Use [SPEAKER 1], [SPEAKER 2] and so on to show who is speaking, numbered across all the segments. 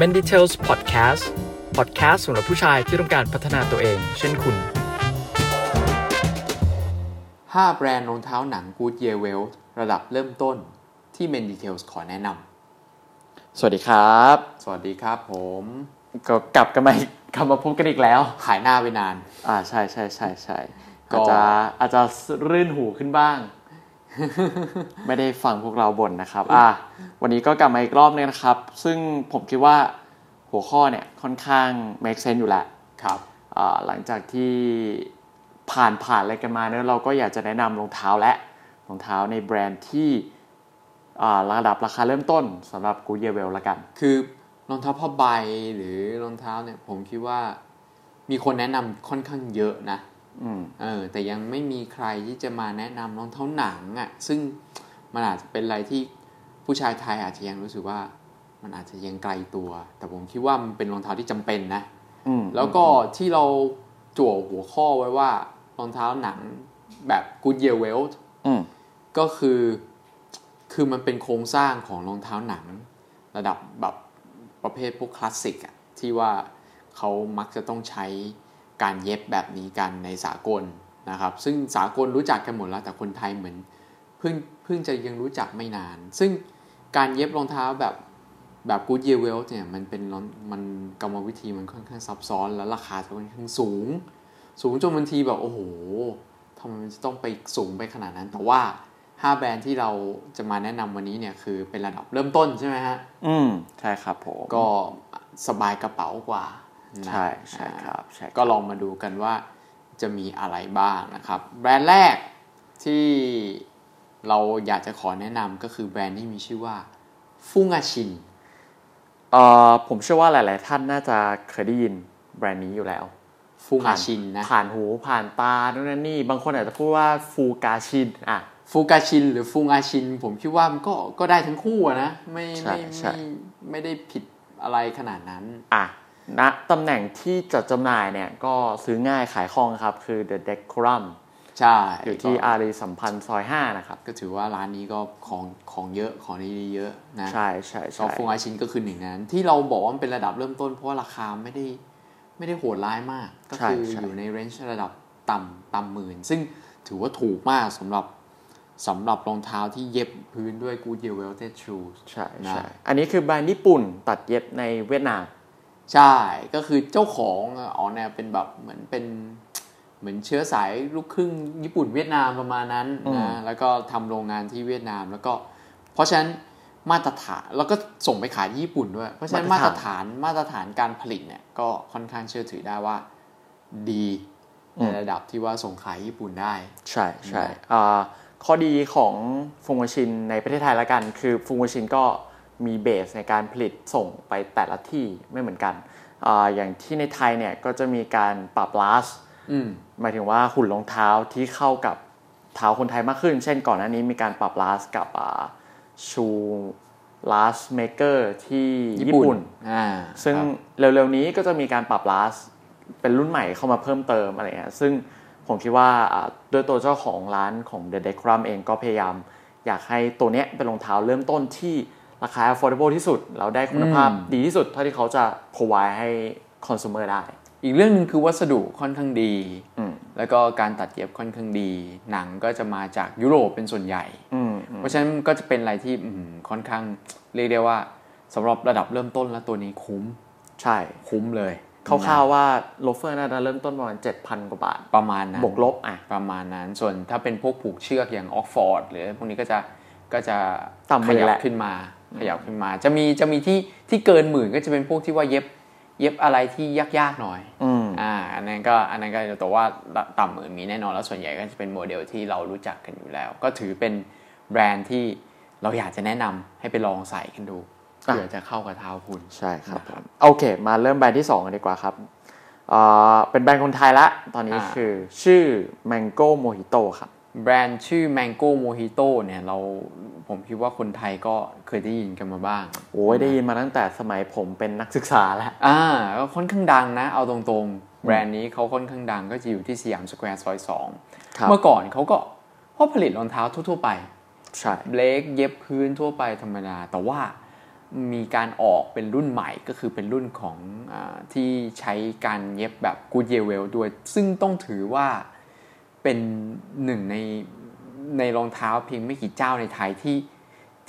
[SPEAKER 1] m e n d i t a l s Podcast Podcast สำหรับผู้ชายที่ต้องการพัฒนาตัวเอง เช่นคุณ
[SPEAKER 2] 5 แบรนด์รองเท้าหนัง Good Year Well ระดับเริ่มต้นที่ Men Details ขอแนะน
[SPEAKER 3] สวัสดีครับ
[SPEAKER 2] ำ สวัสดีครับผม
[SPEAKER 3] ก็กลับกันมาอีกกลับมาพบกันอีกแล้ว
[SPEAKER 2] ขายหน้าไปนาน
[SPEAKER 3] อ่าใช่ใช่ใช่ใช่
[SPEAKER 2] ก็
[SPEAKER 3] อาจจะอาจจะรื่นหูขึ้นบ้าง ไม่ได้ฟังพวกเราบ่นนะครับ อ่า วันนี้ก็กลับมาอีกรอบนึงนะครับ ซึ่งผมคิดว่าหัวข้อเนี่ยค่อนข้าง make sense อยู่แหละ
[SPEAKER 2] ครับ
[SPEAKER 3] อ่าหลังจากที่ผ่านผ่านอะไรกันมาเนอะเราก็อยากจะแนะนำรองเท้าและรองเท้าในแบรนด์ที่อ่าระดับราคาเริ่มต้นสำหรับกูเยเวลละกัน
[SPEAKER 2] คือรองเท้าผ้าใบหรือรองเท้าเนี่ย ผมคิดว่ามีคนแนะนำค่อนข้างเยอะนะ
[SPEAKER 3] อืม
[SPEAKER 2] เออแต่ยังไม่มีใครที่จะมาแนะนำรองเท้าหนังอะ่ะ ซึ่งมันอาจจะเป็นอะไรที่ผู้ชายไทยอาจจะยังรู้สึกว่า มันอาจจะยังไกลตัว แต่ผมคิดว่ามันเป็นรองเท้าที่จำเป็นนะ
[SPEAKER 3] อืม
[SPEAKER 2] แล้วก็ที่เราจั่วหัวข้อไว้ว่ารองเท้าหนังแบบ Good Year Welt
[SPEAKER 3] อืม
[SPEAKER 2] ก็คือ คือมันเป็นโครงสร้างของรองเท้าหนัง ระดับแบบประเภทพวกคลาสสิกอะที่ว่าเขามักจะต้องใช้การเย็บแบบนี้กันในสากลนะครับ ซึ่งสากลรู้จักกันหมดแล้วแต่คนไทยเหมือนเพิ่งเพิ่งจะยังรู้จักไม่นาน ซึ่งการเย็บรองเท้าแบบแบบกู d เยเวลเนี่ยมันเป็นรองมันกรรมวิธีมันค่อนข้างซับซ้อนและราคาจะค่อนข้างสูง สูงจนบางทีแบบโอ้โห ทำไมมันจะต้องไปสูงไปขนาดนั้น แต่ว่า 5 แบรนด์ที่เราจะมาแนะนำวันนี้เนี่ย คือเป็นระดับเริ่มต้นใช่ไหมฮะ
[SPEAKER 3] อืม ใช่ครับผม
[SPEAKER 2] ก็สบายกระเป๋ากว่านะ
[SPEAKER 3] ใช่ใช่ครับใช่
[SPEAKER 2] ก็ลองมาดูกันว่าจะมีอะไรบ้างนะครับ แบรนด์แรกที่เราอยากจะขอแนะนำก็คือแบรนด์ที่มีชื่อว่าฟุงอาชิน
[SPEAKER 3] เอ่อผมเชื่อว่าหลาย ๆ ท่านน่าจะเคยได้ยินแบรนด์นี้อยู่แล้ว
[SPEAKER 2] ฟุงอาชินนะ
[SPEAKER 3] ผ่านหูผ่านตาโน่นนั่นนี่ บางคนอาจจะพูดว่าฟูกาชินอ่ะ
[SPEAKER 2] ฟูกาชิน หรือฟุงอาชิน ผมคิดว่ามันก็ก็ได้ทั้งคู่อะนะไม่
[SPEAKER 3] ใช่
[SPEAKER 2] ไม่
[SPEAKER 3] ใช่
[SPEAKER 2] ไม่ไม่ได้ผิดอะไรขนาดนั้น
[SPEAKER 3] อ่ะณตำแหน่งที่จัดจำหน่ายเนี่ย ก็ซื้อง่ายขายคล่องครับ คือ The Decorum
[SPEAKER 2] ใช่
[SPEAKER 3] อยู่ที่
[SPEAKER 2] ก็
[SPEAKER 3] อารีสัมพันธ์ซอย 5 นะครับ
[SPEAKER 2] ก็ถือว่าร้านนี้ก็ของของเยอะของดีๆเยอะนะ
[SPEAKER 3] ใช่ใช่
[SPEAKER 2] ซอ
[SPEAKER 3] ใช่
[SPEAKER 2] ฟงอาชินก็คือหนึ่งในนั้น ที่เราบอกว่ามันเป็นระดับเริ่มต้นเพราะว่าราคาไม่ได้ไม่ได้โหดร้ายมาก ก็คืออยู่ในเรนจ์ระดับต่ำต่ำหมื่น ซึ่งถือว่าถูกมากสำหรับสำหรับรองเท้าที่เย็บพื้นด้วย Good Year Welted Shoes
[SPEAKER 3] ใช่ใช่
[SPEAKER 2] นะ
[SPEAKER 3] อันนี้คือแบรนด์ญี่ปุ่นตัดเย็บในเวียดนาม
[SPEAKER 2] ใช่ ก็คือเจ้าของอ๋อเนี่ยเป็นแบบเหมือนเป็นเหมือนเชื้อสายลูกครึ่งญี่ปุ่นเวียดนามประมาณนั้น
[SPEAKER 3] อืม
[SPEAKER 2] นะ แล้วก็ทำโรงงานที่เวียดนามแล้วก็ เพราะฉะนั้นมาตรฐานแล้วก็ส่งไปขายที่ญี่ปุ่นด้วย เพราะฉะนั้นมาตรฐานมาตรฐานการผลิตเนี่ยก็ค่อนข้างเชื่อถือได้ว่าดีในระดับที่ว่าส่งขายญี่ปุ่นได้
[SPEAKER 3] ใช่ใช่
[SPEAKER 2] ได้
[SPEAKER 3] อ่าข้อดีของฟูงชินในประเทศไทยละกัน คือฟูงชินก็มีเบสในการผลิตส่งไปแต่ละที่ไม่เหมือนกันอาอย่างที่ในไทยเนี่ยก็จะมีการปรับลาส
[SPEAKER 2] อืม
[SPEAKER 3] หมายถึงว่าหุ่นรองเท้าที่เข้ากับเท้าคนไทยมากขึ้น เช่นก่อนหน้านี้มีการปรับลาสกับอ่าชูลาสเมเกอร์ที่ญี่ปุ่น
[SPEAKER 2] อ่า
[SPEAKER 3] ซึ่ง
[SPEAKER 2] ครับ
[SPEAKER 3] เร็วๆนี้ก็จะมีการปรับลาสเป็นรุ่นใหม่เข้ามาเพิ่มเติมอะไรเงี้ยซึ่งผมคิดว่าอ่าด้วยตัวเจ้าของร้านของ The Decorum เองก็พยายาม อยากให้ตัวเนี้ยเป็นรองเท้าเริ่มต้นที่ราคา affordable ที่สุด แล้วได้คุณภาพ
[SPEAKER 2] อืม
[SPEAKER 3] ดีที่สุด เท่าที่เขาจะ provide ให้ consumer ได้
[SPEAKER 2] อีกเรื่องหนึ่งคือวัสดุค่อนข้างดี
[SPEAKER 3] อืม
[SPEAKER 2] แล้วก็การตัดเย็บค่อนข้างดี หนังก็จะมาจากยุโรปเป็นส่วนใหญ่
[SPEAKER 3] อืม
[SPEAKER 2] เพราะฉะนั้นก็จะเป็นอะไรที่อืมค่อนข้างเรียกได้ว่าสำหรับระดับเริ่มต้นแล้วตัวนี้คุ้ม
[SPEAKER 3] ใช่
[SPEAKER 2] คุ้มเลย
[SPEAKER 3] คร่าวๆว่าโลเฟอร์น่าจะเริ่มต้นประมาณ 7,000 กว่าบาท
[SPEAKER 2] ประมาณนั้น
[SPEAKER 3] บวกลบอ่ะ
[SPEAKER 2] ประมาณนั้น ส่วนถ้าเป็นพวกผูกเชือกอย่างออกฟอร์ดหรือพวกนี้ก็จะก็จะ
[SPEAKER 3] ต่ำ
[SPEAKER 2] ข
[SPEAKER 3] ไป
[SPEAKER 2] ยั
[SPEAKER 3] แหละ
[SPEAKER 2] ขึ้นมาขยับขึ้นมา จะมีจะมีที่ที่เกินหมื่นก็จะเป็นพวกที่ว่าเย็บเย็บอะไรที่ยากๆหน่อย
[SPEAKER 3] อืม
[SPEAKER 2] อ่าอันนั้นก็อันนั้นก็แต่ว่าต่ำหมื่นมีแน่นอนแล้วส่วนใหญ่ก็จะเป็นโมเดลที่เรารู้จักกันอยู่แล้ว ก็ถือเป็นแบรนด์ที่เราอยากจะแนะนำให้ไปลองใส่กันดู
[SPEAKER 3] อ่ะ
[SPEAKER 2] เผื่อจะเข้ากับเท้าคุณ
[SPEAKER 3] ใช่ครับ
[SPEAKER 2] นะ
[SPEAKER 3] ผ
[SPEAKER 2] ครับ
[SPEAKER 3] มโอเค มาเริ่มแบรนด์ที่ 2 กันดีกว่าครับเอ่อเป็นแบรนด์คนไทยละ ตอนนี้
[SPEAKER 2] อ่า
[SPEAKER 3] คือชื่อ Mango Mojito ครับ
[SPEAKER 2] แบรนด์ชื่อ Mango Mojito เนี่ยเราผมคิดว่าคนไทยก็เคยได้ยินกันมาบ้าง
[SPEAKER 3] โอ้ยได้ยินมาตั้งแต่สมัยผมเป็นนักศึกษาแล้ว
[SPEAKER 2] อ่าก็ค่อนข้างดังนะ เอาตรงๆ แบรนด์นี้เขาค่อนข้างดังก็จะอยู่ที่สยามสแควร์ซอยสอง
[SPEAKER 3] ครับ
[SPEAKER 2] เมื่อก่อนเขาก็เขาผลิตรองเท้าทั่วๆไป
[SPEAKER 3] ใช่
[SPEAKER 2] เบรกเย็บพื้นทั่วไปธรรมดา แต่ว่า มีการออกเป็นรุ่นใหม่ก็คือเป็นรุ่นของอาที่ใช้การเย็บแบบกูดเยเวลด้วย ซึ่งต้องถือว่าเป็นหนึ่งในในรองเท้าเพียงไม่กี่เจ้าในไทยที่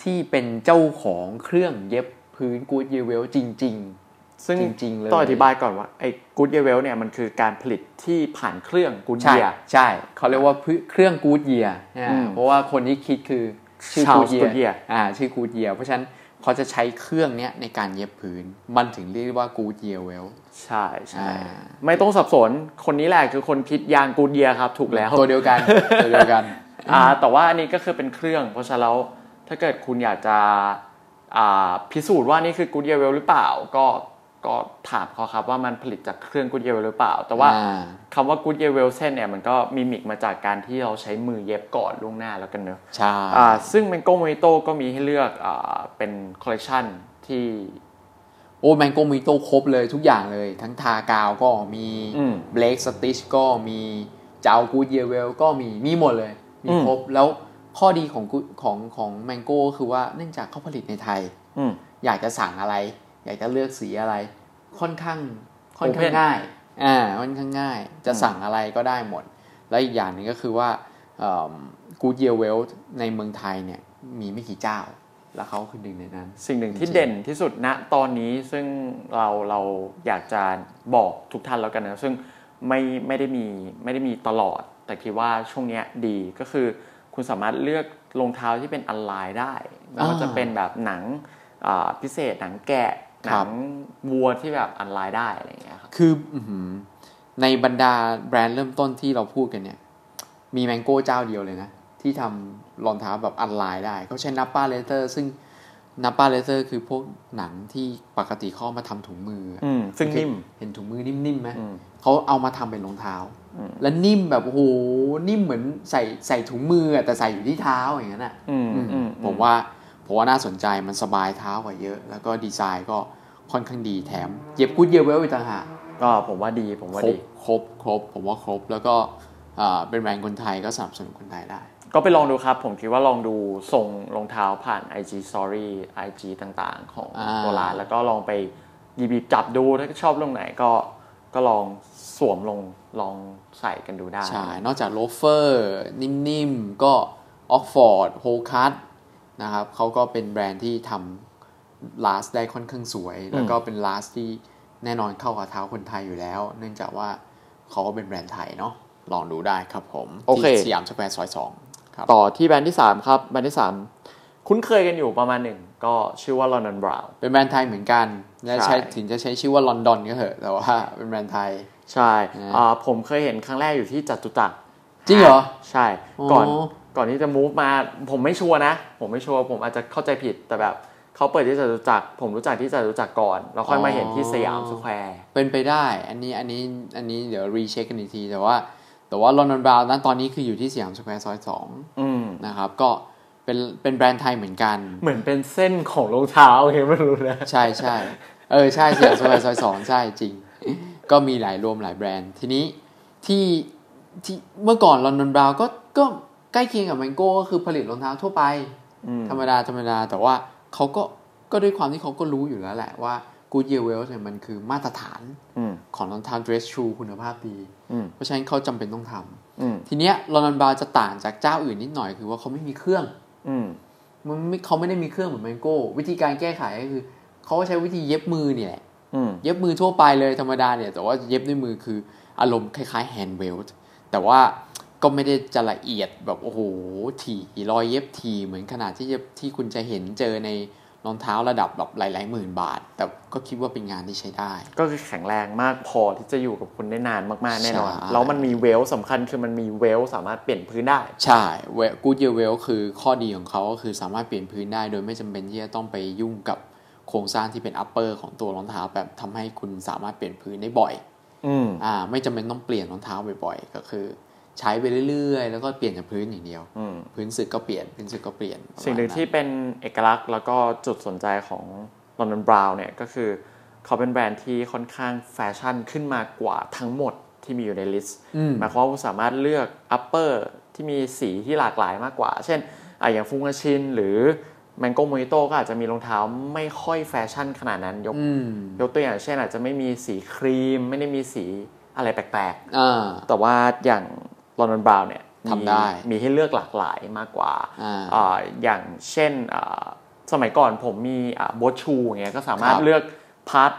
[SPEAKER 2] ที่เป็นเจ้าของเครื่องเย็บพื้นกูดเยเวลจริง
[SPEAKER 3] ซึ่ง
[SPEAKER 2] จริงๆเลย
[SPEAKER 3] ต้องอธิบายก่อนว่าไอ้กู๊ดเยเวลเนี่ยมันคือการผลิตที่ผ่านเครื่องกู๊ด
[SPEAKER 2] ๆ
[SPEAKER 3] เยี
[SPEAKER 2] ใช่
[SPEAKER 3] ย
[SPEAKER 2] ใช่เขาเรียกว่าพื้นเครื่องกูดเยีย
[SPEAKER 3] อืม
[SPEAKER 2] เพราะว่าคนที่คิดคือชื่อ
[SPEAKER 3] Charles
[SPEAKER 2] กูดเยี
[SPEAKER 3] Goodyear
[SPEAKER 2] อ่าชื่อกูดเยียเพราะฉะนั้นเขาจะใช้เครื่องเนี้ยในการเย็บพื้น มันถึงเรียกว่ากูดเยียเวล
[SPEAKER 3] ใช่ใช่
[SPEAKER 2] อ่า
[SPEAKER 3] ไม่ต้องสับสนคนนี้แหละคือคนคิดยางกู๊ดเยียครับถูกแล้ว
[SPEAKER 2] ตัวเดียวกัน ตัวเดียวกัน
[SPEAKER 3] อ่าแต่ว่าอันนี้ก็คือเป็นเครื่อง เพราะฉะนั้นแล้วถ้าเกิดคุณอยากจะอ่าพิสูจน์ว่านี่คือกูดเยเวลหรือเปล่า ก็ก็ถามเขาครับว่ามันผลิตจากเครื่องกูดเยเวลหรือเปล่า แต่ว่า
[SPEAKER 2] อ่า
[SPEAKER 3] คำว่ากูดเยเวลเส้นเนี่ยมันก็มิมิกมาจากการที่เราใช้มือเย็บก่อนล่วงหน้าแล้วกันเนอะ
[SPEAKER 2] ใช่
[SPEAKER 3] อ่าซึ่งแมงโก้โมริโต้ก็มีให้เลือกอ่าเป็นคอลเล t ชันที่
[SPEAKER 2] โอ้แมงโกมีโต้ครบเลยทุกอย่างเลย ทั้งทากาวก็มี
[SPEAKER 3] อืม
[SPEAKER 2] เบลกสติชก็มีเจ้ากูดเยเวลก็มีมีหมดเลย มี
[SPEAKER 3] อืม
[SPEAKER 2] ครบ แล้วข้อดีของ Good- ของของแมงโก้คือว่าเนื่องจากเขาผลิตในไทย
[SPEAKER 3] อืม
[SPEAKER 2] อยากจะสั่งอะไร อยากจะเลือกสีอะไร ค่อนข้างค่อนข้าง
[SPEAKER 3] Open
[SPEAKER 2] ง่ายอ่าค่อนข้างง่าย จะสั่งอะไรก็ได้หมด และอีกอย่างหนึ่งก็คือว่ากูเดียเวลในเมืองไทยเนี่ยมีไม่กี่เจ้า แล้วเขาคือหนึ่งในนั้น
[SPEAKER 3] สิ่งหนึ่งที่
[SPEAKER 2] จริงๆ
[SPEAKER 3] เด่นที่สุดณตอนนี้ซึ่งเราเราอยากจะบอกทุกท่านแล้วกันนะซึ่งไม่ไม่ได้มีไม่ได้มีตลอด แต่คิดว่าช่วงเนี้ยดีก็คือ คุณสามารถเลือกรองเท้าที่เป็นออนไลน์ได้ไม่ว่าจะเป็นแบบหนังอ่าพิเศษหนังแกะหนังวัวที่แบบออนไลน์ได้อะไรอย่างเงี้ยครับ
[SPEAKER 2] คืออื้อหือในบรรดาแบรนด์เริ่มต้นที่เราพูดกันเนี่ย มีแมงโก้เจ้าเดียวเลยนะ ที่ทำรองเท้าแบบอันไลน์ได้ เขาใช้นับป้าเลเตอร์ ซึ่งนับป้าเลเตอร์คือพวกหนังที่ปกติเข้าเอามาทำถุงมืออะ
[SPEAKER 3] อืมซึ่งนิ่ม
[SPEAKER 2] เห็นถุงมือนิ่มๆไหม
[SPEAKER 3] อืม
[SPEAKER 2] เขาเอามาทำเป็นรองเท้า
[SPEAKER 3] อืม
[SPEAKER 2] และนิ่มแบบโอ้โหนิ่มเหมือนใส่ใส่ถุงมืออะแต่ใส่อยู่ที่เท้าอย่างนั้นอ่ะ
[SPEAKER 3] อืมอืม
[SPEAKER 2] ผมว่าผมว่าน่าสนใจมันสบายเท้ากว่าเยอะ แล้วก็ดีไซน์ก็ค่อนข้างดีแถม เย็บกุดเยเวลอีกต่างหาก
[SPEAKER 3] ก็ผมว่าดีผมว่า
[SPEAKER 2] ครบ
[SPEAKER 3] ดี
[SPEAKER 2] ครบครบ ผมว่าครบแล้วก็อ่าเป็นแบรนด์คนไทยก็สนับสนุนคนไทยได้
[SPEAKER 3] ก็ไปลองดูครับ ผมคิดว่าลองดูทรงรองเท้าผ่าน IG Story IG ต่างๆ ของ
[SPEAKER 2] อ่า
[SPEAKER 3] ตัวร้าน แล้วก็ลองไปหยิบๆจับดูถ้าชอบตรงไหนก็ก็ลองสวมลงลองใส่กันดูได้
[SPEAKER 2] ใช่ นอกจากโลเฟอร์ นิ่มๆ ก็ออกฟอร์ดโฮคัสนะครับเขาก็เป็นแบรนด์ที่ทำลาสได้ค่อนข้างสวย แล้วก็เป็นลาสที่แน่นอนเข้ากับเท้าคนไทยอยู่แล้ว เนื่องจากว่าเขาก็เป็นแบรนด์ไทยเนาะลองดูได้ครับผม
[SPEAKER 3] โอเค
[SPEAKER 2] ที่สยามสแควร์ซอยสองครับ
[SPEAKER 3] ต่อที่แบรนด์ที่ 3 ครับ แบรนด์ที่ 3 คุ้นเคยกันอยู่ประมาณหนึ่ง ก็ชื่อว่า London Brown
[SPEAKER 2] เป็นแบรนด์ไทยเหมือนกันและใช้
[SPEAKER 3] ใช่
[SPEAKER 2] ถึงจะใช้ชื่อว่าลอนดอนก็เถอะ แต่ว่าเป็นแบรนด์ไทย
[SPEAKER 3] ใช่
[SPEAKER 2] อ่า
[SPEAKER 3] อ่าผมเคยเห็นครั้งแรกอยู่ที่จัตุจักร
[SPEAKER 2] จริงเหรอ
[SPEAKER 3] ใช่ ก่อน
[SPEAKER 2] อ๋อ
[SPEAKER 3] ก่อนที่จะ move มา ผมไม่ชัวร์นะ ผมไม่ชัวร์ ผมอาจจะเข้าใจผิด แต่แบบเขาเปิดที่จตุจักร ผมรู้จักที่จตุจักรก่อน แล้วค่อยมาเห็นที่สยามสแควร์
[SPEAKER 2] เป็นไปได้ อันนี้ อันนี้ อันนี้เดี๋ยวรีเช็คกันอีกที แต่ว่า แต่ว่าลอนดอนบราวน์นะตอนนี้คืออยู่ที่สยามสแควร์ซอยสอง
[SPEAKER 3] อืม
[SPEAKER 2] นะครับ ก็เป็น เป็นแบรนด์ไทยเหมือนกัน
[SPEAKER 3] เหมือนเป็นเส้นของรองเท้าเห็นไม่รู้นะ
[SPEAKER 2] ใช่ใช่ เออ ใช่สยามสแควร์ซอยสองใช่จริง ก็มีหลายรวมหลายแบรนด์ ทีนี้ที่ที่เมื่อก่อนลอนดอนบราวน์ก็ ก็ใกล้เคียงกับแมงโก้ก็คือผลิตรองเท้าทั่วไป
[SPEAKER 3] อืม
[SPEAKER 2] ธรรมดา ธรรมดา แต่ว่าเขาก็ ก็ด้วยความที่เขาก็รู้อยู่แล้วแหละว่ากูเยเวลเนี่ยมันคือมาตรฐาน
[SPEAKER 3] อืม
[SPEAKER 2] ของรองเท้าเดรสชูคุณภาพดี
[SPEAKER 3] อืม
[SPEAKER 2] เพราะฉะนั้นเขาจำเป็นต้องทำ
[SPEAKER 3] อืม
[SPEAKER 2] ทีเนี้ยลอนดอนบราวน์จะต่างจากเจ้าอื่นนิดหน่อยคือว่าเขาไม่มีเครื่อง
[SPEAKER 3] อืม
[SPEAKER 2] มันไม่เขาไม่ได้มีเครื่องเหมือนแมงโก้ วิธีการแก้ไขก็คือ เขาก็ใช้วิธีเย็บมือเนี่ยแหละ
[SPEAKER 3] อืม
[SPEAKER 2] เย็บมือทั่วไปเลยธรรมดาเนี่ย แต่ว่าเย็บด้วยมือคืออารมณ์คล้ายๆแฮนด์เวลแต่ว่าก็ไม่ได้จะละเอียดแบบโอ้โหถี่รอยเย็บถี่เหมือนขนาดที่เย็บที่คุณจะเห็นเจอในรองเท้าระดับแบบหลายๆหมื่นบาท แต่ก็คิดว่าเป็นงานที่ใช้ได้
[SPEAKER 3] ก็คือแข็งแรงมากพอที่จะอยู่กับคุณได้นานมากๆแน่นอน
[SPEAKER 2] ใช่
[SPEAKER 3] แล้วมันมีเวลสำคัญคือมันมีเวลสามารถเปลี่ยนพื้นได้
[SPEAKER 2] ใช่เวกูดเยเวลคือข้อดีของเขาก็คือสามารถเปลี่ยนพื้นได้ โดยไม่จำเป็นที่จะต้องไปยุ่งกับโครงสร้างที่เป็นอัปเปอร์ของตัวรองเท้าแบบทำให้คุณสามารถเปลี่ยนพื้นได้บ่อย
[SPEAKER 3] อืม
[SPEAKER 2] อ่าไม่จำเป็นต้องเปลี่ยนรองเท้าบ่อยๆ ก็คือ ใช้ไปเรื่อยๆ แล้วก็เปลี่ยนจากพื้นอย่างเดียว
[SPEAKER 3] อืม
[SPEAKER 2] พื้นสึกก็เปลี่ยนพื้นสึกก็เปลี่ยนประมาณ
[SPEAKER 3] สิ่งหนึ่งที่เป็นเอกลักษณ์แล้วก็จุดสนใจของ London Brown เนี่ยก็คือเขาเป็นแบรนด์ที่ค่อนข้างแฟชั่นขึ้นมากว่าทั้งหมดที่มีอยู่ในลิสต์
[SPEAKER 2] อืม
[SPEAKER 3] หมายความว่าคุณสามารถเลือก upper ที่มีสีที่หลากหลายมากกว่า เช่นอ่ะอย่างฟุงอาชินหรือ แมงโก้โม t โต้ก็อาจจะมีรองเท้าไม่ค่อยแฟชั่นขนาดนั้นยก
[SPEAKER 2] อืม
[SPEAKER 3] ยกตัวอย่างเช่นอาจจะไม่มีสีครีม ไม่ได้มีสีอะไรแปลก
[SPEAKER 2] อ่า
[SPEAKER 3] ๆ แต่ว่าอย่างลอนดอนบราวน์เนี่ย
[SPEAKER 2] ทำได้
[SPEAKER 3] มีมีให้เลือกหลากหลายมากกว่า
[SPEAKER 2] อ่า
[SPEAKER 3] อ่าอย่างเช่นอ่าสมัยก่อนผมมีบอสชูอย่างเงี้ยก็สามารถ
[SPEAKER 2] ครับ
[SPEAKER 3] เลือกพาร์ท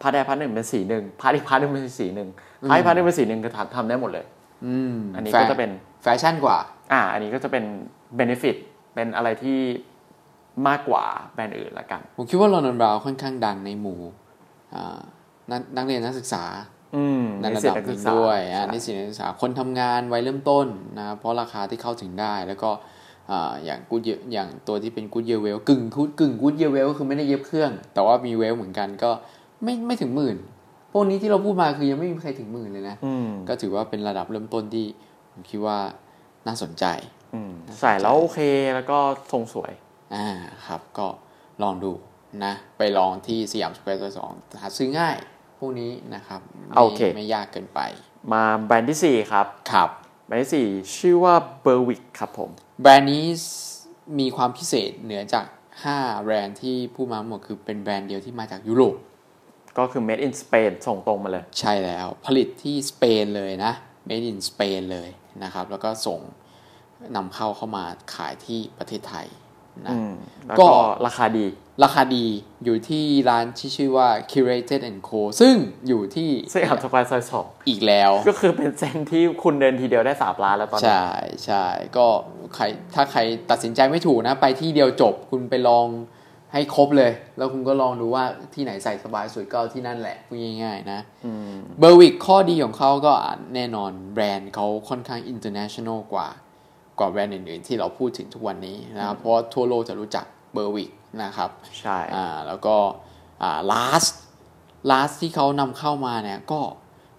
[SPEAKER 3] พาร์ทใดพาร์ทหนึ่งเป็นสีหนึ่งพาร์ทอีกพาร์ทหนึ่งเป็นสีหนึ่งพาร์ทอีกพาร์ทหนึ่งเป็นสีหนึ่งคือทำทำได้หมดเลย
[SPEAKER 2] ืม
[SPEAKER 3] อันนี้
[SPEAKER 2] แฟ
[SPEAKER 3] ก็จะเป็น
[SPEAKER 2] แฟชั่นกว่า
[SPEAKER 3] อ่าอันนี้ก็จะเป็นเบนฟิตเป็นอะไรที่มากกว่าแบรนด์อื่นละกัน
[SPEAKER 2] ผมคิดว่าลอนดอนบราวค่อนข้างดังในหมู่อ่านักนักเรียนนักศึกษา
[SPEAKER 3] อืม
[SPEAKER 2] ในระ
[SPEAKER 3] สิต
[SPEAKER 2] ดับ
[SPEAKER 3] นัก
[SPEAKER 2] ห
[SPEAKER 3] ศึก
[SPEAKER 2] นึ่ง
[SPEAKER 3] ษา
[SPEAKER 2] ด้วยอ่ะ
[SPEAKER 3] ใช่
[SPEAKER 2] นิสิตนักศึกษาคนทำงานวัยเริ่มต้นนะครับเพราะราคาที่เข้าถึงได้แล้วก็อ่าอย่างกูเยอย่างตัวที่เป็นกูเยเวลกึ่งกูกึ่งกูเยเวลก็คือไม่ได้เย็บเครื่อง แต่ว่ามีเวลเหมือนกันก็ไม่ไม่ถึงหมื่น พวกนี้ที่เราพูดมาคือยังไม่มีใครถึงหมื่นเลยนะ
[SPEAKER 3] อืม
[SPEAKER 2] ก็ถือว่าเป็นระดับเริ่มต้นที่ผมคิดว่าน่าสนใจ
[SPEAKER 3] อืมใส่แล้วโอเคแล้วก็ทรงสวย
[SPEAKER 2] อ่าครับก็ลองดูนะ ไปลองที่สยามสแควร์ซอยสองหาซื้อง่ายพวกนี้นะครับไม่
[SPEAKER 3] โอเค
[SPEAKER 2] ไม่ยากเกินไป
[SPEAKER 3] มาแบรนด์ที่สี่ครับ
[SPEAKER 2] ครับ
[SPEAKER 3] แบรนด์ที่สี่ชื่อว่าเบอร์วิกครับผม
[SPEAKER 2] แบรนด์นี้มีความพิเศษเหนือจาก 5 แบรนด์ที่พูดมาหมดคือเป็นแบรนด์เดียวที่มาจากยุโรป
[SPEAKER 3] ก็คือ made in Spain ส่งตรงมาเลย
[SPEAKER 2] ใช่แล้วผลิตที่สเปนเลยนะ made in Spain เลยนะครับ แล้วก็ส่งนำเข้าเข้ามาขายที่ประเทศไทยนะ
[SPEAKER 3] อืมแล้ว
[SPEAKER 2] ก็
[SPEAKER 3] ก็ราคาดี
[SPEAKER 2] ราคาดีอยู่ที่ร้านที่ชื่อว่า Curated and Co ซึ่งอยู่ที่
[SPEAKER 3] สยามสแควร์ซอยสอง
[SPEAKER 2] อีกแล้ว
[SPEAKER 3] ก็คือเป็นเส้นที่คุณเดินทีเดียวได้สามร้านแล้วตอนนี้
[SPEAKER 2] ใช่ใช่ก็ใครถ้าใครตัดสินใจไม่ถูกนะ ไปที่เดียวจบคุณไปลองให้ครบเลย แล้วคุณก็ลองดูว่าที่ไหนใส่สบายสุดก็เอาที่นั่นแหละพูดง่าย ๆ นะ
[SPEAKER 3] อืม
[SPEAKER 2] เบอร์วิกข้อดีของเขาก็อ่ะแน่นอนแบรนด์เขาค่อนข้าง international กว่ากว่าแบรนด์อื่น ๆ ที่เราพูดถึงทุกวันนี้นะครับเพราะว่าทั่วโลกจะรู้จักเบอร์วิกนะครับ
[SPEAKER 3] ใช่
[SPEAKER 2] อ่าแล้วก็อ่า last last ที่เขานำเข้ามาเนี่ยก็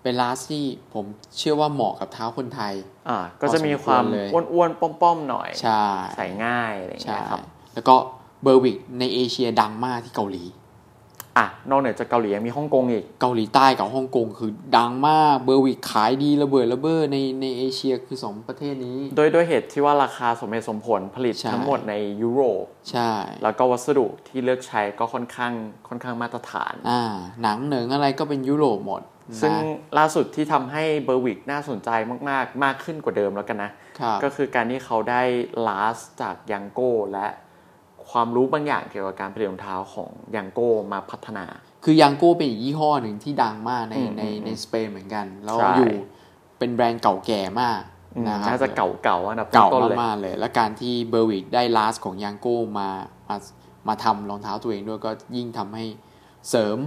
[SPEAKER 2] เป็น last ที่ผมเชื่อว่าเหมาะกับเท้าคนไทย
[SPEAKER 3] อ่าก็จะมีความ
[SPEAKER 2] พอสมควรเลย
[SPEAKER 3] อ้วนๆ ป้อมๆ หน่อย
[SPEAKER 2] ใช่
[SPEAKER 3] ใส่ง่ายอะไรอย่าง
[SPEAKER 2] ใช่
[SPEAKER 3] เงี้ยครับ
[SPEAKER 2] แล้วก็เบอร์วิกในเอเชียดังมากที่เกาหลี
[SPEAKER 3] อ่ะนอกเหนือจากเกาหลียังมีฮ่องกงอีก
[SPEAKER 2] เกาหลีใต้กับฮ่องกงคือดังมากเบอร์วิกขายดีระเบิดระเบ้อในในเอเชียคือสองประเทศนี้
[SPEAKER 3] โดยด้วยเหตุที่ว่าราคาสมเหตุสมผลผลิต
[SPEAKER 2] ใช่
[SPEAKER 3] ทั้งหมดในยุโรป
[SPEAKER 2] ใช่
[SPEAKER 3] แล้วก็วัสดุที่เลือกใช้ก็ค่อนข้างค่อนข้างมาตรฐาน
[SPEAKER 2] อ่าหนังเหนิงอะไรก็เป็นยุโรปหมด
[SPEAKER 3] ซึ่ง
[SPEAKER 2] นะ
[SPEAKER 3] ล่าสุดที่ทำให้เบอร์วิกน่าสนใจมากๆ มากขึ้นกว่าเดิมแล้วกันนะ
[SPEAKER 2] ครับ
[SPEAKER 3] ก็คือการที่เขาได้ลาสจากยังโก้และความรู้บางอย่างเกี่ยวกับการผลิตรองเท้าของยังโก้มาพัฒนา
[SPEAKER 2] คือยังโก้เป็นอีกยี่ห้อหนึ่งที่ดังมากใน
[SPEAKER 3] อืม
[SPEAKER 2] ใน
[SPEAKER 3] อืม
[SPEAKER 2] ในสเปนเหมือนกันแล้ว
[SPEAKER 3] ใช่
[SPEAKER 2] อยู่เป็นแบรนด์เก่าแก่มาก
[SPEAKER 3] อืม
[SPEAKER 2] นะครับ
[SPEAKER 3] น่าจะเก่าๆอันดับ
[SPEAKER 2] เก่า
[SPEAKER 3] ต้นๆเลย
[SPEAKER 2] มากๆเลย และการที่เบอร์วิกได้ลาสของยังโก้มามามาทำรองเท้าตัวเองด้วยก็ยิ่งทำให้เสริม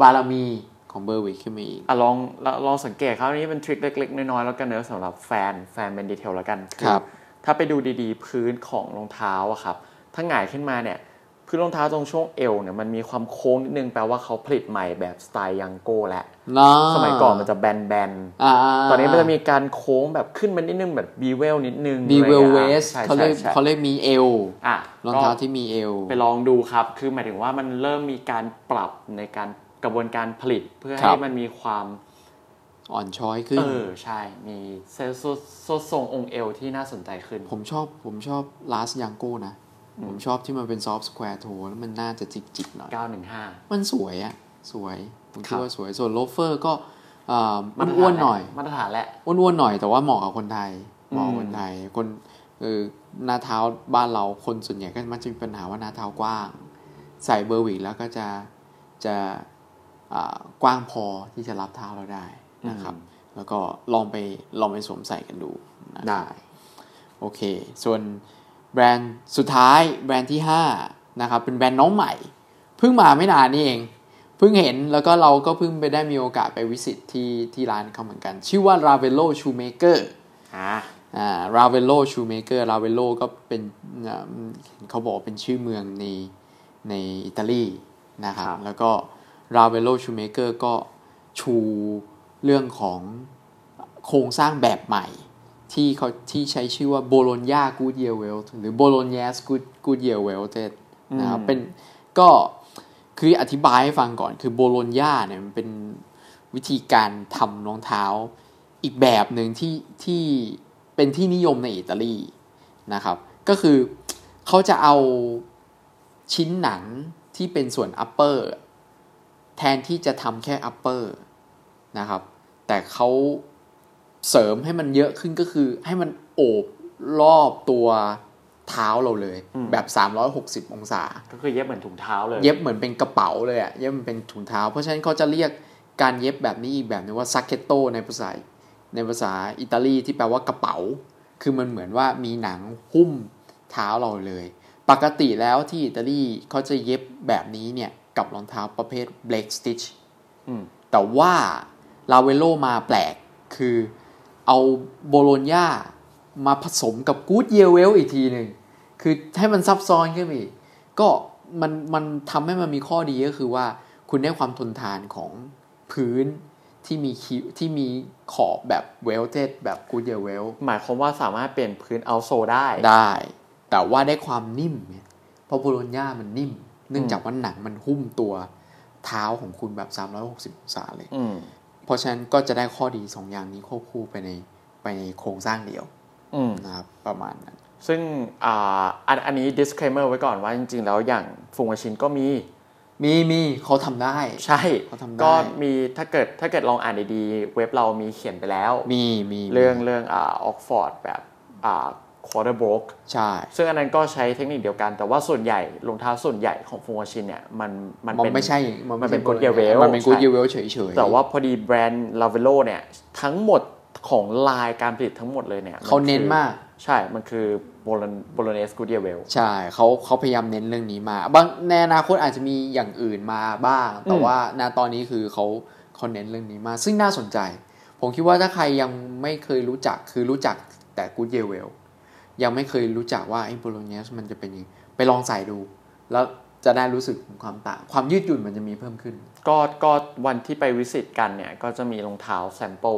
[SPEAKER 2] บารมีของเบอร์วิกขึ้นมาอีก
[SPEAKER 3] อ่ะลองลองลองสังเกตครับอันนี้เป็นทริคเล็กๆ น้อยๆ แล้วกันเนอะสำหรับแฟนแฟนเป็นดีเทลแล้วกันอ
[SPEAKER 2] ครับ
[SPEAKER 3] ถ้าไปดูดีๆ พื้นของรองเท้าอะครับ ถ้าหงายขึ้นมาเนี่ย พื้นรองเท้าตรงช่วงเอวเนี่ยมันมีความโค้งนิดนึงแปลว่าเขาผลิตใหม่แบบสไตล์ยังโก้แล้ว
[SPEAKER 2] นะ
[SPEAKER 3] สมัยก่อนมันจะแบน
[SPEAKER 2] อา
[SPEAKER 3] ๆ ตอนนี้มันจะมีการโค้งแบบขึ้นมานิดนึงแบบบีเวลนิดนึง
[SPEAKER 2] บีเวลเว
[SPEAKER 3] อะไรอย่งงี้ย
[SPEAKER 2] ส
[SPEAKER 3] ใช่
[SPEAKER 2] เขาเรียก
[SPEAKER 3] ใช่ใช่
[SPEAKER 2] เขาเรียกมีเอล
[SPEAKER 3] อ่ะ
[SPEAKER 2] รองเท้า
[SPEAKER 3] ก็
[SPEAKER 2] ที่มีเอล
[SPEAKER 3] ไปลองดูครับ คือหมายถึงว่ามันเริ่มมีการปรับในการกระบวนการผลิตเพื่อ
[SPEAKER 2] ครั
[SPEAKER 3] ให้
[SPEAKER 2] บ
[SPEAKER 3] มันมีความ
[SPEAKER 2] อ่อนช้อยขึ้น
[SPEAKER 3] เออใช่ มีเซลโซโซทรงองค์เอวที่น่าสนใจขึ้น
[SPEAKER 2] ผมชอบผมชอบลาสยังโก้นะ ผมชอบที่มันเป็นซอฟต์สแควร์โทแล้วมันน่าจะจิกๆหน่อย
[SPEAKER 3] 915
[SPEAKER 2] มันสวยอะสวยผม
[SPEAKER 3] ค
[SPEAKER 2] คิ
[SPEAKER 3] รั
[SPEAKER 2] ด
[SPEAKER 3] บ
[SPEAKER 2] ว่าสวยส่วนโลเฟอร์ก็อ่า
[SPEAKER 3] มาตรฐา
[SPEAKER 2] อ้วนๆหน่อย
[SPEAKER 3] มาตรฐานแหละ
[SPEAKER 2] อ้วนๆหน่อยแต่ว่าเหมาะกับคนไทย
[SPEAKER 3] อืม
[SPEAKER 2] เหมาะกับคนไทยคนเออหน้าเท้าบ้านเราคนส่วนใหญ่ก็มักจะมีปัญหาว่าหน้าเท้ากว้าง ใส่เบอร์วิกแล้วก็จะจะอ่ากว้างพอที่จะรับเท้าเราได้นะครับ แล้วก็ลองไปลองไปสวมใส่กันดูนะ
[SPEAKER 3] ได้
[SPEAKER 2] โอเค ส่วนแบรนด์สุดท้ายแบรนด์ที่5นะครับเป็นแบรนด์น้องใหม่ เพิ่งมาไม่นานนี่เอง เพิ่งเห็นแล้วก็เราก็เพิ่งไปได้มีโอกาสไปวิสิตที่ที่ร้านเขาเหมือนกัน ชื่อว่า Ravello Shoemaker
[SPEAKER 3] อ่า
[SPEAKER 2] อ่า Ravello Shoemaker Ravello ก็เป็นอ่าเขาบอกเป็นชื่อเมืองในในอิตาลีนะครับ
[SPEAKER 3] ครับ
[SPEAKER 2] แล้วก็ Ravello Shoemaker ก็ชูเรื่องของโครงสร้างแบบใหม่ ที่เขาที่ใช้ชื่อว่า Bologna Good Year Welt หรือ Bologna Good Good Year Welt นะครับเป็นก็ คืออธิบายให้ฟังก่อนคือโบโลญญาเนี่ยมันเป็นวิธีการทำรองเท้า อีกแบบหนึ่งที่ที่เป็นที่นิยมในอิตาลีนะครับ ก็คือเขาจะเอา ชิ้นหนังที่เป็นส่วนอัปเปอร์แทนที่จะทำแค่อัปเปอร์นะครับ แต่เขาเสริมให้มันเยอะขึ้นก็คือ ให้มันโอบรอบตัวเท้าเราเลย แบบ 360 องศา
[SPEAKER 3] ก็คือเย็บเหมือนถุงเท้าเลย
[SPEAKER 2] เย็บเหมือนเป็นกระเป๋าเลยอะเย็บเหมันเป็นถุงเท้า เพราะฉะนั้นเขาจะเรียกการเย็บแบบนี้อีกแบบนึงว่าซักเ e โตในภาษาในภาษาอิตาลีที่แปลว่ากระเป๋า คือมันเหมือนว่ามีหนังหุ้มเท้าเราเลย ปกติแล้วที่อิตาลีเขาจะเย็บแบบนี้เนี่ยกับรองเท้าประเภท black stitch
[SPEAKER 3] อืม
[SPEAKER 2] แต่ว่าลาเวโลมาแปลกคือเอาโบโลญญามาผสมกับกู๊ดเยเวลอีกทีหนึ่ง คือให้มันซับซ้อนขึ้นไปอีกก็มันมันทำให้มันมีข้อดีก็คือว่าคุณได้ความทนทานของพื้นที่มีคิวที่มีขอบแบบเวลเจดแบบกู๊ดเยเวล
[SPEAKER 3] หมายความว่าสามารถเปลี่ยนพื้นเอาโซได้
[SPEAKER 2] ได้ แต่ว่าได้ความนิ่มเนี่ยเพราะโบโลญญามันนิ่ม เนื่องจากว่าหนังมันหุ้มตัวเท้าของคุณแบบ 360องศาเลย
[SPEAKER 3] อืม
[SPEAKER 2] เพราะฉะนั้นก็จะได้ข้อดี 2 อย่างนี้ควบคู่ไปในไปในโครงสร้างเดียว
[SPEAKER 3] อืม
[SPEAKER 2] นะครับประมาณนั้น
[SPEAKER 3] ซึ่งอ่าอันอันนี้ disclaimer ไว้ก่อนว่าจริง ๆ แล้วอย่างฟุงวาชินก็มี
[SPEAKER 2] มีมีเขาทำได้
[SPEAKER 3] ใช่
[SPEAKER 2] เขาทำได้
[SPEAKER 3] ก็มีถ้าเกิดถ้าเกิดลองอ่านดีๆ เว็บเรามีเขียนไปแล้ว
[SPEAKER 2] มีมี
[SPEAKER 3] เรื่องเรื่องอ่าออกฟอร์ดแบบอ่า quarter broke
[SPEAKER 2] ใช่
[SPEAKER 3] ซึ่งอันนั้นก็ใช้เทคนิคเดียวกัน แต่ว่าส่วนใหญ่รองเท้าส่วนใหญ่ของฟูงวาชินเนี่ย มันมัน
[SPEAKER 2] มัน
[SPEAKER 3] เป็น
[SPEAKER 2] ไม่ใช่
[SPEAKER 3] มันเป็น
[SPEAKER 2] ใช่
[SPEAKER 3] good year well
[SPEAKER 2] มันเป็นกู
[SPEAKER 3] ใช่
[SPEAKER 2] เยเวลเฉยเฉยๆ
[SPEAKER 3] แต่ว่าพอดีแบรนด์ลาเวโลเนี่ย ทั้งหมดของลายการผลิตทั้งหมดเลยเนี่ย
[SPEAKER 2] เขา
[SPEAKER 3] คือ
[SPEAKER 2] เน้นมาก
[SPEAKER 3] ใช่มันคือโบลนโบลเนสกูเดียเวล
[SPEAKER 2] ใช่เขาเขาพยายามเน้นเรื่องนี้มาบางในอนาคตอาจจะมีอย่างอื่นมาบ้าง แต่
[SPEAKER 3] อืม
[SPEAKER 2] ว่าณตอนนี้คือเขาเขาเน้นเรื่องนี้มาซึ่งน่าสนใจ ผมคิดว่าถ้าใครยังไม่เคยรู้จักคือรู้จักแต่กูเยเวลยังไม่เคยรู้จักว่าไอ้โบโลเนสมันจะเป็นยังไงไปลองใส่ดู แล้วจะได้รู้สึกถึงความต่าง ความยืดหยุ่นมันจะมีเพิ่มขึ้น
[SPEAKER 3] ก็ก็วันที่ไปวิสิตกันเนี่ย ก็จะมีรองเท้าแซมเปิล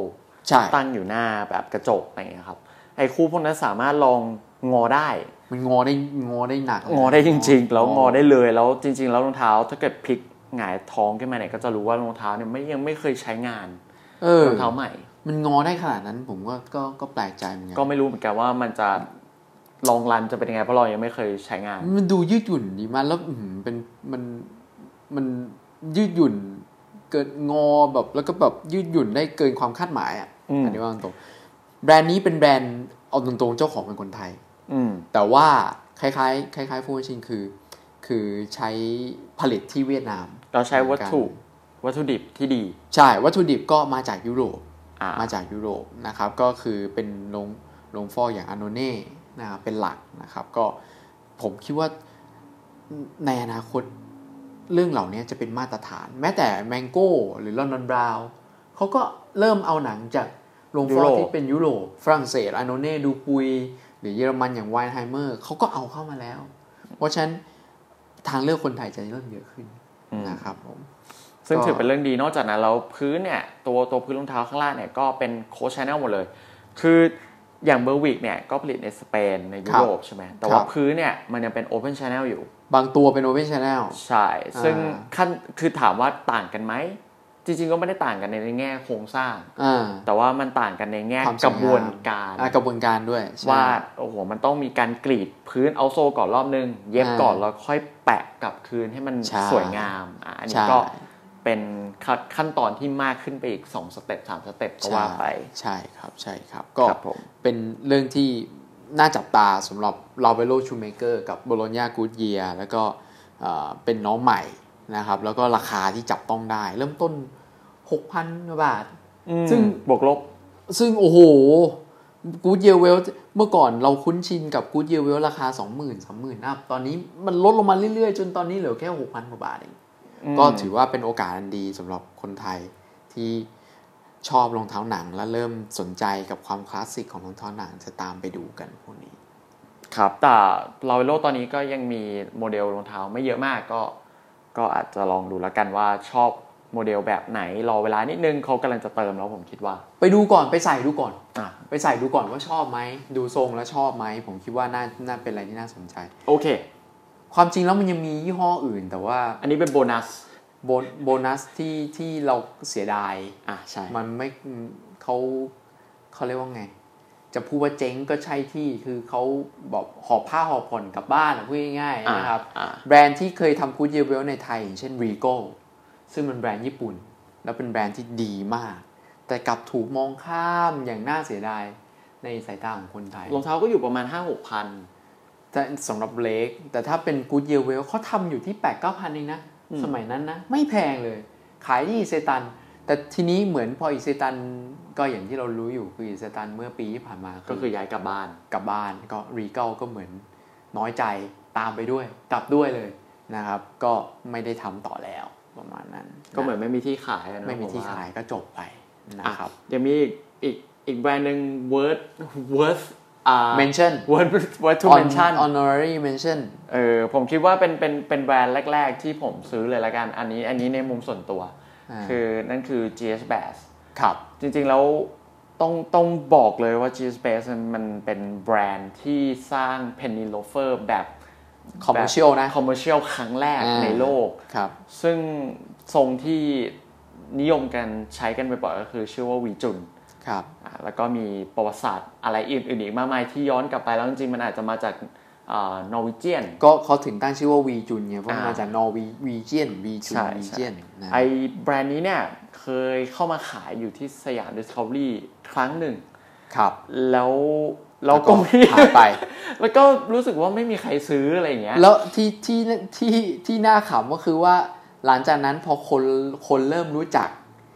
[SPEAKER 2] ใช่
[SPEAKER 3] ตั้งอยู่หน้าแบบกระจกอะไรอย่างเงี้ยครับ ไอ้คู่พวกนั้นสามารถลองงอได้
[SPEAKER 2] มันงอได้งอได้หนัก
[SPEAKER 3] งอได้จริง ๆ แล้วงอได้เลยแล้วจริง ๆ แล้วรองเท้าถ้าเกิดพลิกหงายท้องขึ้นมาเนี่ยก็จะรู้ว่ารองเท้าเนี่ยไม่ยังไม่เคยใช้งาน
[SPEAKER 2] เออ
[SPEAKER 3] รองเท้าใหม่
[SPEAKER 2] มันงอได้ขนาดนั้นผมก็ก็ก็แปลกใจเหมือนกัน
[SPEAKER 3] ก็ไม่รู้เหมือนกันว่ามันจะลองรันจะเป็นยังไงเพราะเรายังไม่เคยใช้งาน
[SPEAKER 2] มันดูยืดหยุ่นดีมากแล้วอืมเป็นมันมันยืดหยุ่น เกินงอแบบแล้วก็แบบยืดหยุ่นได้เกินความคาดหมายอ่ะ
[SPEAKER 3] อืม
[SPEAKER 2] อันนี้ว่าตรงแบรนด์นี้เป็นแบรนด์เอาตรงๆเจ้าของเป็นคนไทย
[SPEAKER 3] อืม
[SPEAKER 2] แต่ว่าคล้ายๆคล้ายๆฟูชินคือ คือใช้ผลิตที่เวียดนาม
[SPEAKER 3] เราใช้วัตถุ
[SPEAKER 2] เหมือนกั
[SPEAKER 3] วัตถุดิบที่ดี
[SPEAKER 2] ใช่ วัตถุดิบก็มาจากยุโรป
[SPEAKER 3] อ่า
[SPEAKER 2] มาจากยุโรปนะครับ ก็คือเป็นโรงโรงฟอกอย่างอ n โนเน่นะครับเป็นหลักนะครับ ก็ผมคิดว่าในอนาคตเรื่องเหล่านี้จะเป็นมาตรฐาน แม้แต่แมงโก้หรือลอนดอนบราวเขาก็เริ่มเอาหนังจากโรงฟอก
[SPEAKER 3] ยุโรป
[SPEAKER 2] ที่เป็นยุโรปฝรั่งเศสอ n โนเน่ดูปุย หรือเยอรมันอย่างไวน์ไฮเมอร์เขาก็เอาเข้ามาแล้ว เพราะฉะนั้นทางเลือกคนไทยจะเริ่มเยอะขึ้นนะครับผม
[SPEAKER 3] ซึ่ง
[SPEAKER 2] ก็
[SPEAKER 3] ถือเป็นเรื่องดีนอกจากนั้นแล้วพื้นเนี่ยตัวตัวพื้นรองเท้าข้างล่างเนี่ยก็เป็นโค้ชแนลหมดเลย คืออย่างเบอร์วิกเนี่ยก็ผลิตในสเปนในยุโรปใช่ไหมแต่ว่าพื้นเนี่ยมันยังเป็นโอเพนชแนลอยู่
[SPEAKER 2] บางตัวเป็นโอเปนชาแนล
[SPEAKER 3] ใช่ ซึ่ง
[SPEAKER 2] อ่า
[SPEAKER 3] ขั้นคือถามว่าต่างกันไหม จริง ๆ ก็ไม่ได้ต่างกันในแง่โครงสร้าง
[SPEAKER 2] อ่า
[SPEAKER 3] แต่ว่ามันต่างกันในแง่
[SPEAKER 2] ความสว
[SPEAKER 3] ก
[SPEAKER 2] ยงาม
[SPEAKER 3] ระบวนการ
[SPEAKER 2] อ่ะกระบวนการด้วยใช่
[SPEAKER 3] ว่าโอ้โหมันต้องมีการกรีดพื้นเอาโซก่อนรอบนึง เย็บ
[SPEAKER 2] อ่า
[SPEAKER 3] ก่อนแล้วค่อยแปะกลับคืนให้มัน
[SPEAKER 2] ใช่
[SPEAKER 3] สวยงามอ่ะอันนี้
[SPEAKER 2] ใช่
[SPEAKER 3] ก็เป็นขั้นขั้นตอนที่มากขึ้นไปอีก 2 สเต็ป3สเต็ปก็ว่าไป
[SPEAKER 2] ใช่ครับใช่ครับ ก็
[SPEAKER 3] ครับผม
[SPEAKER 2] เป็นเรื่องที่น่าจับตาสำหรับลาเวโลชูเมเกอร์กับโบโลญญากูดเยียแล้วก็เอ่อเป็นน้องใหม่นะครับ แล้วก็ราคาที่จับต้องได้ เริ่มต้น 6,000กว่าบาท ซึ่
[SPEAKER 3] ซึ่
[SPEAKER 2] ง
[SPEAKER 3] งบวกลบ
[SPEAKER 2] ซึ่งโอ้โหกูดเยเวลเมื่อก่อนเราคุ้นชินกับกูดเยเวลราคา 20,000 30,000อัพตอนนี้มันลดลงมาเรื่อยๆ จนตอนนี้เหลือแค่ 6,000กว่าบาทเอง ก็ถือว่าเป็นโอกาสอันดีสำหรับคนไทยที่ชอบรองเท้าหนังและเริ่มสนใจกับความคลาสสิกของรองเท้าหนังจะตามไปดูกันพวกนี้
[SPEAKER 3] ครับแต่ลาเวโลตอนนี้ก็ยังมีโมเดลรองเท้าไม่เยอะมากก็ ก็อาจจะลองดูแล้วกันว่าชอบโมเดลแบบไหนรอเวลานิดนึงเขากำลังจะเติมแล้วผมคิดว่า
[SPEAKER 2] ไปดูก่อนไปใส่ดูก่อน
[SPEAKER 3] อ่ะ
[SPEAKER 2] ไปใส่ดูก่อนว่าชอบไหม ดูทรงแล้วชอบไหม ผมคิดว่าน่าน่าเป็นอะไรที่น่าสนใจ
[SPEAKER 3] โอเค
[SPEAKER 2] ความจริงแล้วมันยังมียี่ห้ออื่น แต่ว่า
[SPEAKER 3] อันนี้เป็นโบนัส
[SPEAKER 2] โบนโบนัสที่ที่เราเสียดาย
[SPEAKER 3] อ่ะใช่
[SPEAKER 2] มันไม่เขาเขาเรียกว่าไง จะพูดว่าเจ๊งก็ใช่ที่คือเขาบอกหอบผ้าหอบผ่อนกลับบ้านอะพูดง่ายๆนะครับ
[SPEAKER 3] อ่า
[SPEAKER 2] แบรนด์ที่เคยทำกู๊ดเยเวลในไทยอย่างเช่น r e g a l ซึ่งเป็นแบรนด์ญี่ปุ่น แล้วเป็นแบรนด์ที่ดีมาก แต่กลับถูกมองข้ามอย่างน่าเสียดายในสายตาของคนไทย
[SPEAKER 3] รองเท้าก็อยู่ประมาณ 5 6 พัน
[SPEAKER 2] แต่สำหรับเลกแต่ถ้าเป็นกู๊ดเยเวลเขาทำอยู่ที่ 8 9 0 0 0 เองนะ
[SPEAKER 3] อืม
[SPEAKER 2] สมัยนั้นนะ ไม่แพงเลย ขายที่อิเซตัน แต่ทีนี้เหมือนพออิเซตันก็อย่างที่เรารู้อยู่คืออิเซตันเมื่อปีที่ผ่านมา
[SPEAKER 3] ก็คือย้ายกลับบ้าน
[SPEAKER 2] กลับบ้านก็รีเกลก็เหมือนน้อยใจตามไปด้วย กลับด้วยเลยนะครับ ก็ไม่ได้ทำต่อแล้วประมาณนั้น
[SPEAKER 3] ก็เหมือนไม่มีที่ขายอะ
[SPEAKER 2] นะ
[SPEAKER 3] เนอะ
[SPEAKER 2] ไม่มี
[SPEAKER 3] ผว่
[SPEAKER 2] ที่ขายก็จบไปนะครับ
[SPEAKER 3] ยังมีอีกอีกอีกแบรนด์หนึ่ง word word อ่า
[SPEAKER 2] mention
[SPEAKER 3] word word to
[SPEAKER 2] on-
[SPEAKER 3] mention
[SPEAKER 2] honorary mention
[SPEAKER 3] เออผมคิดว่าเป็นเป็นเป็นแบรนด์แรก ๆ ที่ผมซื้อเลยละกัน อันนี้อันนี้ในมุมส่วนตัว
[SPEAKER 2] อ่า
[SPEAKER 3] คือนั่นคือ GS Bass
[SPEAKER 2] ครับ
[SPEAKER 3] จริงๆแล้วต้องต้องบอกเลยว่า GS Bass มันเป็นแบรนด์ที่สร้าง Penny Loafer แบบ
[SPEAKER 2] commercial นะ
[SPEAKER 3] คอมเมอร์เชียลครั้งแรก
[SPEAKER 2] อ่า
[SPEAKER 3] ในโลก
[SPEAKER 2] ครับ
[SPEAKER 3] ซึ่งทรงที่นิยมกันใช้กันบ่อยๆก็คือชื่อว่าวีจุน
[SPEAKER 2] ครับ
[SPEAKER 3] อ่าแล้วก็มีประวัติศาสตร์อะไรอื่นๆอีกมากมายที่ย้อนกลับไปแล้วจริงๆมันอาจจะมาจากนอร์ว e เจียน
[SPEAKER 2] ก็เขาถึงตั้งชื่อว่าวีจุนไงเพราะมัน
[SPEAKER 3] อ่าม
[SPEAKER 2] มาจากนอร์วีวีเจียนวีจุ
[SPEAKER 3] ใช่
[SPEAKER 2] น
[SPEAKER 3] ใช่
[SPEAKER 2] วีเจียนนะ
[SPEAKER 3] ไอแบรนด์นี้เนี่ยเคยเข้ามาขายอยู่ที่สยามดิสคัฟเวอรี่ครั้งหนึ่ง
[SPEAKER 2] ครับ
[SPEAKER 3] แล้วเราก็ไม่
[SPEAKER 2] หายไป
[SPEAKER 3] แล้วก็รู้สึกว่าไม่มีใครซื้ออะไรอย่างเงี้ย
[SPEAKER 2] แล้วที่ที่ที่ที่น่าขำก็คือว่าหลังจากนั้นพอคนคนเริ่มรู้จัก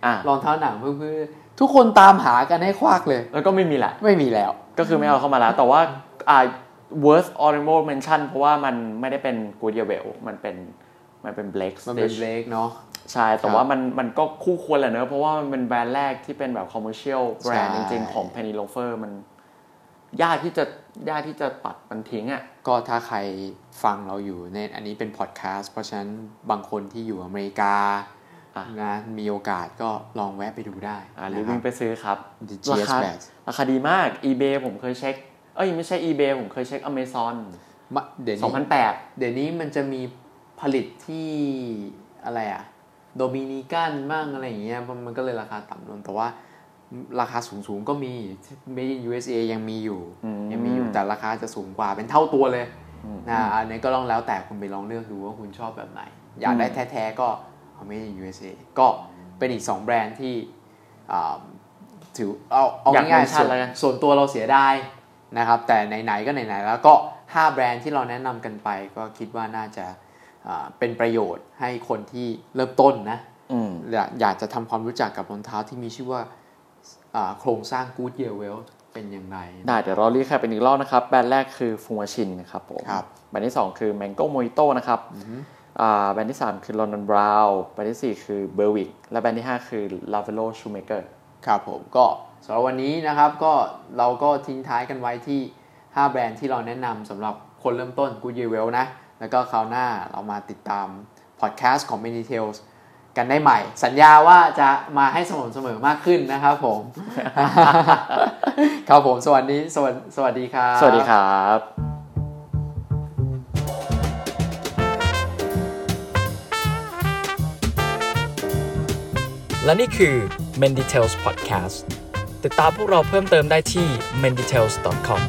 [SPEAKER 3] อ่ะ
[SPEAKER 2] รองเท้าหนังเพื่อนๆทุกคนตามหากันให้ควักเลย
[SPEAKER 3] แล้วก็ไม่มีละ
[SPEAKER 2] ไม่มีแล้ว
[SPEAKER 3] ก็คือไม่เอาเข้ามาแล้ว แต่ว่าอ่า worth honorable mention เพราะว่ามันไม่ได้เป็น good year well มันเป็นมันเป็น black
[SPEAKER 2] มันเป็น
[SPEAKER 3] stitch
[SPEAKER 2] เล็กเนาะ
[SPEAKER 3] ใช่ แต่ว่ามันมันก็คู่ควรแหละเนอะเพราะว่ามันเป็นแบรนด์แรกที่เป็นแบบ commercial แบรนด์
[SPEAKER 2] ใช่
[SPEAKER 3] จริงๆ ของ penny loafer มัน ยากที่จะยากที่จะปัดมันทิ้งอ่ะ
[SPEAKER 2] ก็ถ้าใครฟังเราอยู่เนี่ยอันนี้เป็นพอดแคสต์เพราะฉะนั้นบางคนที่อยู่อเมริกา
[SPEAKER 3] อ่ะ
[SPEAKER 2] นะมีโอกาสก็ลองแวะไปดูได้
[SPEAKER 3] อ่า
[SPEAKER 2] นะ
[SPEAKER 3] รีบ
[SPEAKER 2] ครั
[SPEAKER 3] วิ่
[SPEAKER 2] บ
[SPEAKER 3] งไปซื้อครับ
[SPEAKER 2] The
[SPEAKER 3] รา
[SPEAKER 2] GS
[SPEAKER 3] คา
[SPEAKER 2] Badge
[SPEAKER 3] ราคาดีมาก eBay ผมเคยเช็ค เอ้ย ไม่ใช่ eBay ผมเคยเช็ค Amazon
[SPEAKER 2] มะเดี๋ยวนี้
[SPEAKER 3] 2008
[SPEAKER 2] เดี๋ยวนี้มันจะมีผลิตที่อะไรอะโดมินิกันบ้างอะไรอย่างเงี้ยมันมันก็เลยราคาต่ำลงแต่ว่าราคาสูงสูงๆก็มี made in USA ยังมีอยู่
[SPEAKER 3] อืม
[SPEAKER 2] ยังมีอยู่แต่ราคาจะสูงกว่าเป็นเท่าตัวเลยนะอันนี้ก็ลองแล้วแต่คุณไปลองเลือกดูว่าคุณชอบแบบไหน อยากได้แท้ๆก็เอา made in USA ก็เป็นอีก 2 แบรนด์ที่อ่าถือเอาเอา
[SPEAKER 3] อยาก
[SPEAKER 2] ง่ายๆ
[SPEAKER 3] mention
[SPEAKER 2] ส่วน
[SPEAKER 3] แล้วกัน
[SPEAKER 2] ส่วนตัวเราเสียดายนะครับ แต่ไหนๆก็ไหนๆแล้วก็ 5 แบรนด์ที่เราแนะนำกันไป ก็คิดว่าน่าจะอ่าเป็นประโยชน์ให้คนที่เริ่มต้นนะ
[SPEAKER 3] อืม
[SPEAKER 2] อยากอยากจะทำความรู้จักกับรองเท้าที่มีชื่อว่าอ่าโครงสร้าง Good Year Well เป็นอย่างไรนะ
[SPEAKER 3] ได้เดี๋ยวเรารีแคปเป็นอีกรอบนะครับ แบรนด์แรกคือฟูมาชินนะครับผม
[SPEAKER 2] ครับ
[SPEAKER 3] แบรนด์ที่ 2 คือ Mango Mojito นะครับอ่าแบรนด์ที่ 3 คือ London Brown แบรนด์ที่ 4 คือ Berwick และแบรนด์ที่ 5 คือ Lavello Shoemaker
[SPEAKER 2] ครับผมก็สำหรับวันนี้นะครับก็เราก็ทิ้งท้ายกันไว้ที่ 5 แบรนด์ที่เราแนะนำสำหรับคนเริ่มต้น Good Year Well นะ แล้วก็คราวหน้าเรามาติดตามพอดแคสต์ของ Many Tales กันได้ใหม่ สัญญาว่าจะมาให้สม่ำเสมอมากขึ้นนะครับผม ครับผมสวัสดีสวัสดีสวัสดีครับ
[SPEAKER 3] สวัสดีครับ
[SPEAKER 1] และนี่คือ Menditales Podcast ติดตามพวกเราเพิ่มเติมได้ที่ menditales.com